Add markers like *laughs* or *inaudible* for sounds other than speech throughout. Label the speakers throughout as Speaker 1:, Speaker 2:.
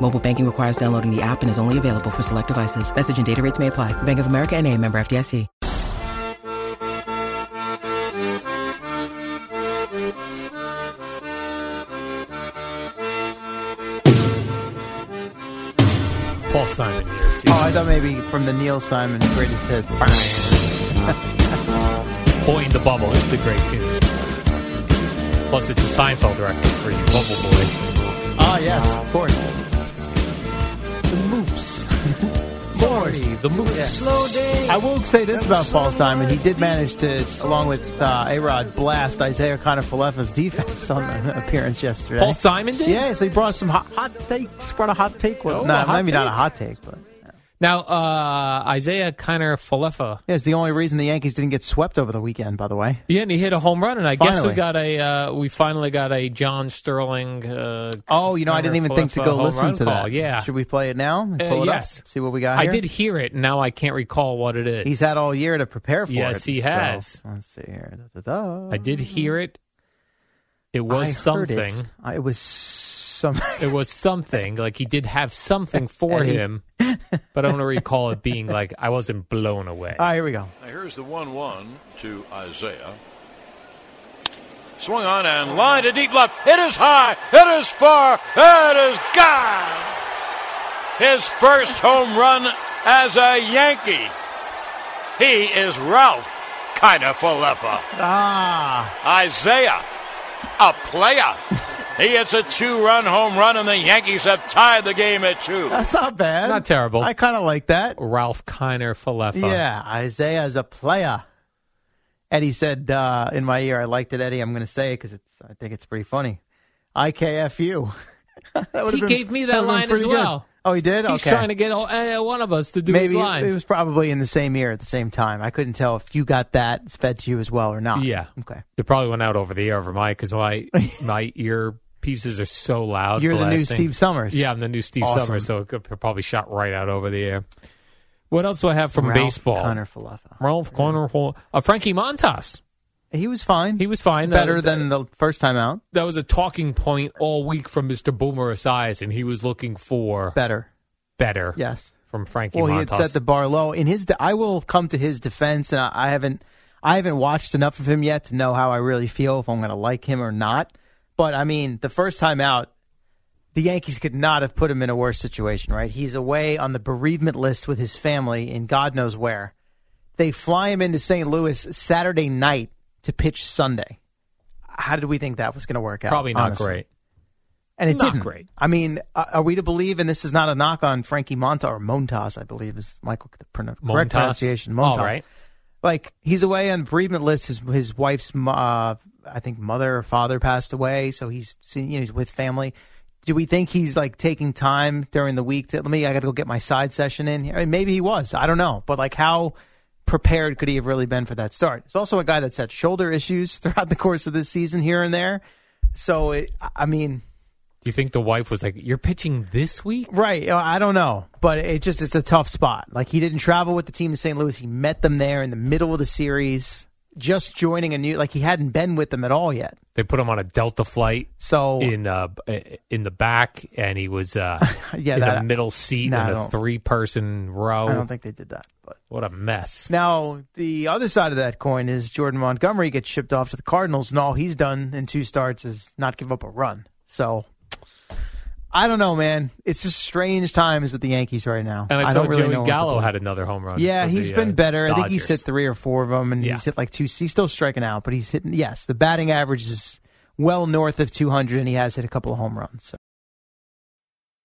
Speaker 1: Mobile banking requires downloading the app and is only available for select devices. Message and data rates may apply. Bank of America and a member FDIC.
Speaker 2: Paul Simon here. See,
Speaker 3: Oh, I thought maybe from the Neil Simon greatest hits.
Speaker 2: Boy in the Bubble. It's the great tune. Plus, it's a Seinfeld record for you, Bubble Boy.
Speaker 3: Ah, yes, of course. The Moops. *laughs* Sorry.
Speaker 2: The movie.
Speaker 3: Slow day. I will say this about Paul Simon. He did manage to, along with uh, A-Rod, blast Isaiah Conifalefa's defense on the *laughs* appearance yesterday.
Speaker 2: Paul Simon did?
Speaker 3: Yeah, so he brought some hot, hot takes. Brought a hot take. Well,
Speaker 2: Oh,
Speaker 3: nah,
Speaker 2: a hot
Speaker 3: maybe not a
Speaker 2: take.
Speaker 3: hot take, but...
Speaker 2: Now, uh, Isaiah Kiner Falefa.
Speaker 3: Yeah, it's the only reason the Yankees didn't get swept over the weekend, by the way.
Speaker 2: Yeah, and he hit a home run, and I guess we
Speaker 3: Finally.
Speaker 2: got a uh, we finally got a John Sterling. Uh,
Speaker 3: Oh, you know, I didn't even think to
Speaker 2: Falefa
Speaker 3: go
Speaker 2: home
Speaker 3: listen
Speaker 2: run
Speaker 3: to
Speaker 2: call.
Speaker 3: that.
Speaker 2: Yeah,
Speaker 3: Should we play it now? and
Speaker 2: Uh,
Speaker 3: Pull it
Speaker 2: yes.
Speaker 3: up? See what we got
Speaker 2: I
Speaker 3: here?
Speaker 2: did hear it. Now I can't recall what it is.
Speaker 3: He's had all year to prepare for it.
Speaker 2: Yes, he
Speaker 3: so,
Speaker 2: has.
Speaker 3: let's see here. Da, da, da.
Speaker 2: I did hear it. It was
Speaker 3: I heard it.
Speaker 2: something.
Speaker 3: I- It. was something.
Speaker 2: *laughs* it was something like he did have something
Speaker 3: *laughs*
Speaker 2: for him but i don't recall it being like i wasn't blown away
Speaker 3: All right, Ah, here we go.
Speaker 4: Now here's the 1 1 to Isaiah. Swung on and line to deep left. It is high. It is far. It is gone. His first home run as a Yankee. He is Ralph Kinafalefa.
Speaker 3: *laughs* Ah,
Speaker 4: Isaiah, a player. He hits a two run home run, and the Yankees have tied the game at two.
Speaker 3: that's not bad.
Speaker 2: It's not terrible.
Speaker 3: I kind of like that.
Speaker 2: ralph kiner falefa
Speaker 3: Yeah, Isaiah is a player. Eddie said uh, in my ear, "I liked it, Eddie. I'm going to say it because it's. I think it's pretty funny." IKFU. *laughs* that would've
Speaker 2: He gave me that
Speaker 3: would've been
Speaker 2: line as
Speaker 3: pretty good.
Speaker 2: well.
Speaker 3: Oh, he did.
Speaker 2: he's
Speaker 3: okay.
Speaker 2: trying to get all, uh, one of us to do
Speaker 3: Maybe
Speaker 2: his
Speaker 3: it,
Speaker 2: lines
Speaker 3: it was probably in the same ear at the same time. I couldn't tell if you got that fed to you as well or not.
Speaker 2: yeah
Speaker 3: Okay.
Speaker 2: it probably went out over the air over my because
Speaker 3: *laughs*
Speaker 2: my my ear pieces are so loud
Speaker 3: You're the new
Speaker 2: blasting.
Speaker 3: Steve Summers.
Speaker 2: yeah i'm the new steve
Speaker 3: Awesome.
Speaker 2: summers so it could- it probably shot right out over the air what else do i have from
Speaker 3: Ralph
Speaker 2: baseball
Speaker 3: Connor Falefa.
Speaker 2: ralph kiner uh, frankie montas
Speaker 3: He was fine.
Speaker 2: he was fine
Speaker 3: better
Speaker 2: Uh,
Speaker 3: than the first time out.
Speaker 2: that was a talking point all week from Mr. Boomer Esiason. He was looking for
Speaker 3: Better.
Speaker 2: better
Speaker 3: Yes.
Speaker 2: from Frankie
Speaker 3: Well, he had
Speaker 2: Montas.
Speaker 3: set the bar low. In his, de- I will come to his defense, and I, I haven't, I haven't watched enough of him yet to know how I really feel if I'm going to like him or not. But I mean, the first time out, the Yankees could not have put him in a worse situation, right? He's away on the bereavement list with his family in God knows where. They fly him into St. Louis Saturday night to pitch Sunday. How did we think that was going to work out?
Speaker 2: Probably not
Speaker 3: honestly?
Speaker 2: great.
Speaker 3: and it
Speaker 2: Not
Speaker 3: didn't.
Speaker 2: great.
Speaker 3: I mean, uh, are we to believe? And this is not a knock on Frankie Montas or Montas, I believe is Michael the pronoun-
Speaker 2: Montas.
Speaker 3: correct pronunciation. Montas.
Speaker 2: All right.
Speaker 3: Like he's away on bereavement list. His his wife's, mo- uh, I think, mother or father passed away, so he's seen, you know he's with family. Do we think he's like taking time during the week to let me? I got to go get my side session in here. I mean, maybe he was. I don't know. But like, how prepared could he have really been for that start? He's also a guy that's had shoulder issues *laughs* throughout the course of this season here and there. So it, I- I mean,
Speaker 2: Do you think the wife was like, "You're pitching this week"?
Speaker 3: Right. uh, I don't know, but it just it's a tough spot. Like he didn't travel with the team to St. Louis. He met them there in the middle of the series, just joining a new. Like he hadn't been with them at all yet.
Speaker 2: They put him on a Delta flight
Speaker 3: So
Speaker 2: in uh, b- in the back, and he was uh,
Speaker 3: *laughs* Yeah,
Speaker 2: in the
Speaker 3: that-
Speaker 2: middle seat
Speaker 3: Nah, I
Speaker 2: in a
Speaker 3: don't-
Speaker 2: three-person row.
Speaker 3: I don't think they did that. But
Speaker 2: what a mess!
Speaker 3: now the other side of that coin is Jordan Montgomery gets shipped off to the Cardinals, and all he's done in two starts is not give up a run. So I don't know, man. It's just strange times with the Yankees right now.
Speaker 2: And I,
Speaker 3: I
Speaker 2: saw
Speaker 3: don't really know
Speaker 2: Joey
Speaker 3: what to
Speaker 2: Gallo
Speaker 3: believe.
Speaker 2: had another home run.
Speaker 3: Yeah,
Speaker 2: he's
Speaker 3: he's been better. I think he's hit three or four of them, and
Speaker 2: uh, Yeah.
Speaker 3: he's hit like two. He's still striking out, but he's hitting. Yes, the batting average is well north of 200, and he has hit a couple of home runs. So.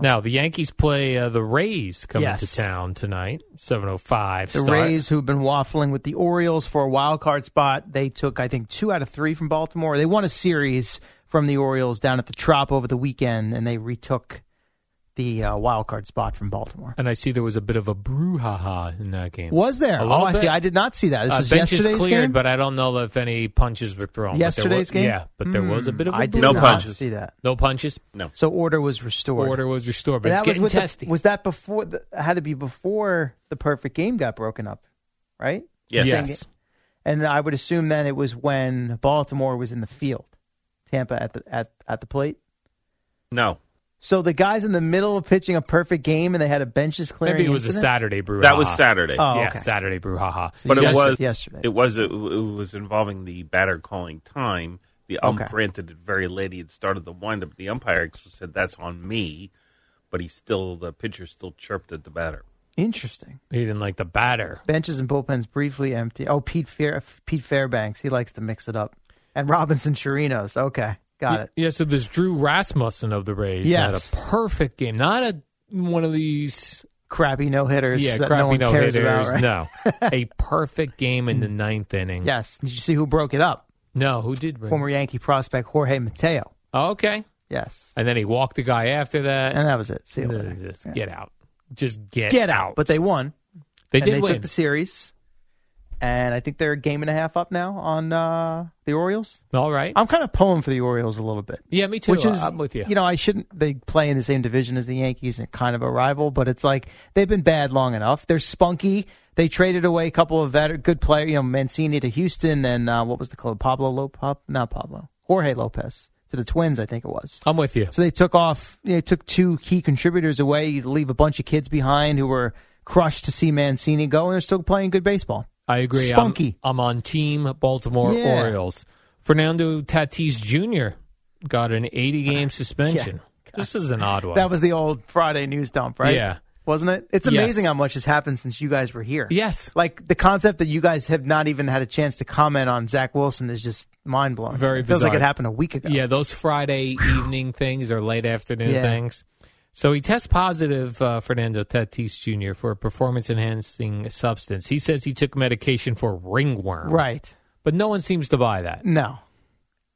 Speaker 2: Now the Yankees play uh, the Rays coming
Speaker 3: Yes.
Speaker 2: to town tonight, seven oh five.
Speaker 3: The Rays, who've been waffling with the Orioles for a wild card spot, they took I think two out of three from Baltimore. They won a series from the Orioles down at the Trop over the weekend, and they retook the uh, wild card spot from Baltimore.
Speaker 2: and I see there was a bit of a brouhaha in that game.
Speaker 3: Was there?
Speaker 2: A
Speaker 3: Oh,
Speaker 2: little
Speaker 3: I
Speaker 2: bit.
Speaker 3: see. I did not see that. This
Speaker 2: Uh,
Speaker 3: was
Speaker 2: bench is
Speaker 3: yesterday's
Speaker 2: cleared,
Speaker 3: game.
Speaker 2: but I don't know if any punches were thrown. But there
Speaker 3: Yesterday's
Speaker 2: was-
Speaker 3: game? Hmm,
Speaker 2: yeah, but there was a bit of a
Speaker 3: I did
Speaker 2: brouhaha.
Speaker 4: No
Speaker 3: not
Speaker 4: punches.
Speaker 3: see that.
Speaker 2: No punches.
Speaker 3: So order was restored.
Speaker 2: Order was restored, but
Speaker 3: And
Speaker 2: it's
Speaker 3: that
Speaker 2: getting
Speaker 3: was with the-
Speaker 2: testy.
Speaker 3: was that before? The, had to be before the perfect game got broken up, right?
Speaker 4: Yes.
Speaker 2: Yes.
Speaker 3: And I would assume then it was when Baltimore was in the field, Tampa at the at, at the plate.
Speaker 4: No.
Speaker 3: So the guys in the middle of pitching a perfect game and they had a benches clearing.
Speaker 2: Maybe it was a
Speaker 3: incident?
Speaker 2: Saturday brouhaha.
Speaker 4: That was Saturday.
Speaker 3: Oh,
Speaker 2: yeah,
Speaker 3: okay.
Speaker 2: Saturday brouhaha.
Speaker 4: But it
Speaker 2: Yes,
Speaker 4: was-
Speaker 3: yesterday.
Speaker 4: It was it, was involving the batter calling time. The ump
Speaker 3: Okay.
Speaker 4: granted it very late. He had started the windup. The umpire actually said, "That's on me," but he still the pitcher still chirped at the batter.
Speaker 3: Interesting.
Speaker 2: He didn't like the batter.
Speaker 3: Benches and bullpens briefly empty. Oh, Pete Fair, Pete Fairbanks. He likes to mix it up. And Robinson Chirinos. Okay, got it.
Speaker 2: Yeah, so there's Drew Rasmussen of the Rays.
Speaker 3: Yes.
Speaker 2: Had a perfect game. Not a one of these
Speaker 3: Crappy no hitters.
Speaker 2: yeah,
Speaker 3: that
Speaker 2: crappy
Speaker 3: no one cares
Speaker 2: hitters.
Speaker 3: about. Right?
Speaker 2: No.
Speaker 3: *laughs*
Speaker 2: a perfect game in the ninth inning.
Speaker 3: Yes. Did you see who broke it up?
Speaker 2: No, who did bring Oh,
Speaker 3: Former Yankee prospect Jorge Mateo.
Speaker 2: okay.
Speaker 3: Yes.
Speaker 2: And then he walked the guy after that.
Speaker 3: And that was it. See you later.
Speaker 2: Uh, just Get out. Just get,
Speaker 3: Get out. But they won.
Speaker 2: they
Speaker 3: and
Speaker 2: did
Speaker 3: they
Speaker 2: win.
Speaker 3: took the series. And I think they're a game and a half up now on uh, the Orioles.
Speaker 2: All right.
Speaker 3: I'm kind of pulling for the Orioles a little bit.
Speaker 2: yeah, me too.
Speaker 3: Which is,
Speaker 2: I'm with you.
Speaker 3: You know, I shouldn't. They play in the same division as the Yankees and kind of a rival, but it's like they've been bad long enough. They're spunky. They traded away a couple of veter- good players. You know, Mancini to Houston, and uh, what was the club? Pablo Lopez? Not Pablo. Jorge Lopez to the Twins, I think it was.
Speaker 2: I'm with you.
Speaker 3: So they took off. They took two key contributors away. You leave a bunch of kids behind who were crushed to see Mancini go, and they're still playing good baseball.
Speaker 2: I agree. I'm-
Speaker 3: Spunky.
Speaker 2: I'm, on team Baltimore
Speaker 3: Yeah.
Speaker 2: Orioles. Fernando Tatis Jr. got an 80 game suspension. This is an odd one.
Speaker 3: That was the old Friday news dump, right?
Speaker 2: Yeah.
Speaker 3: Wasn't it? It's
Speaker 2: Yes.
Speaker 3: amazing how much has happened since you guys were here.
Speaker 2: yes.
Speaker 3: Like the concept that you guys have not even had a chance to comment on Zach Wilson is just mind blowing.
Speaker 2: Very
Speaker 3: it feels like
Speaker 2: bizarre.
Speaker 3: it happened a week ago.
Speaker 2: Yeah, those Friday evening things or late afternoon
Speaker 3: Yeah.
Speaker 2: things. So he tests positive, uh, Fernando Tatis Jr., for a performance enhancing substance. He says he took medication for ringworm.
Speaker 3: Right.
Speaker 2: But no one seems to buy that.
Speaker 3: No.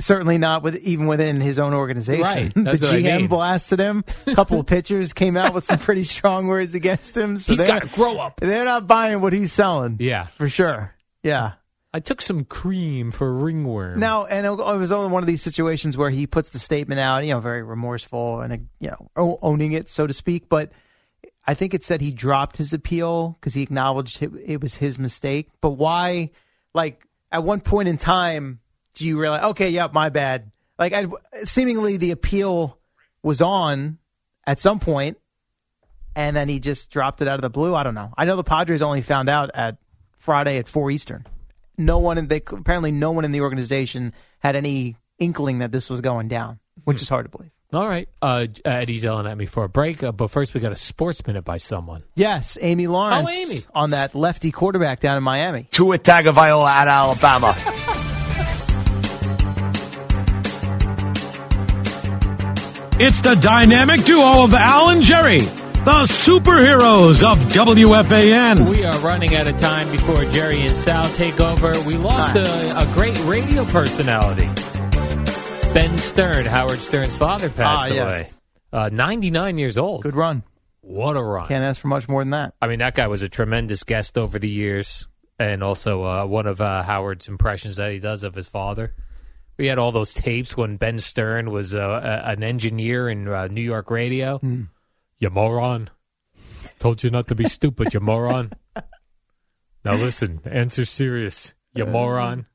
Speaker 3: Certainly not with even within his own organization. *laughs*
Speaker 2: Right.
Speaker 3: The
Speaker 2: That's what I
Speaker 3: GM
Speaker 2: mean.
Speaker 3: blasted him. A couple of pitchers came out with some pretty strong words against him. So
Speaker 2: He's
Speaker 3: they're,
Speaker 2: got to grow
Speaker 3: *laughs*
Speaker 2: up.
Speaker 3: they're not buying what he's selling.
Speaker 2: Yeah.
Speaker 3: For sure. Yeah.
Speaker 2: I took some cream for ringworm.
Speaker 3: Now, and it was only one of these situations where he puts the statement out, you know, very remorseful and, you know, o- owning it, so to speak. But I think it said he dropped his appeal because he acknowledged it, it was his mistake. But why, like, at one point in time, do you realize, okay, yeah, my bad? Like, i seemingly the appeal was on at some point, and then he just dropped it out of the blue. I don't know. I know the Padres only found out at Friday at 4 Eastern no one in they apparently no one in the organization had any inkling that this was going down, which is hard to believe.
Speaker 2: All right. Uh, Eddie's yelling at me for a break, uh, but first we got a sports minute by someone.
Speaker 3: Yes, Amy Lawrence
Speaker 2: Amy.
Speaker 3: on that lefty quarterback down in Miami.
Speaker 5: Tua Tagovailoa at Alabama.
Speaker 6: It's the dynamic duo of Al and Jerry, the superheroes of WFAN.
Speaker 2: We are running out of time before Jerry and Sal take over. We lost a, a great radio personality, Ben Stern, Howard Stern's father, passed
Speaker 3: Ah, yes.
Speaker 2: away. Uh, 99 years old.
Speaker 3: Good run.
Speaker 2: What a run.
Speaker 3: Can't ask for much more than that.
Speaker 2: I mean, that guy was a tremendous guest over the years, and also uh, one of uh, Howard's impressions that he does of his father We had all those tapes when Ben Stern was uh, a, an engineer in uh, New York radio. You moron. Told you not to be stupid, you moron. Now listen, answer serious, you moron.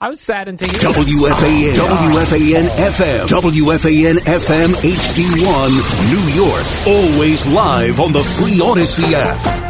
Speaker 2: I was saddened to hear. that.
Speaker 7: WFAN, WFAN FM, WFAN FM HD1, New York. Always live on the Free Odyssey app.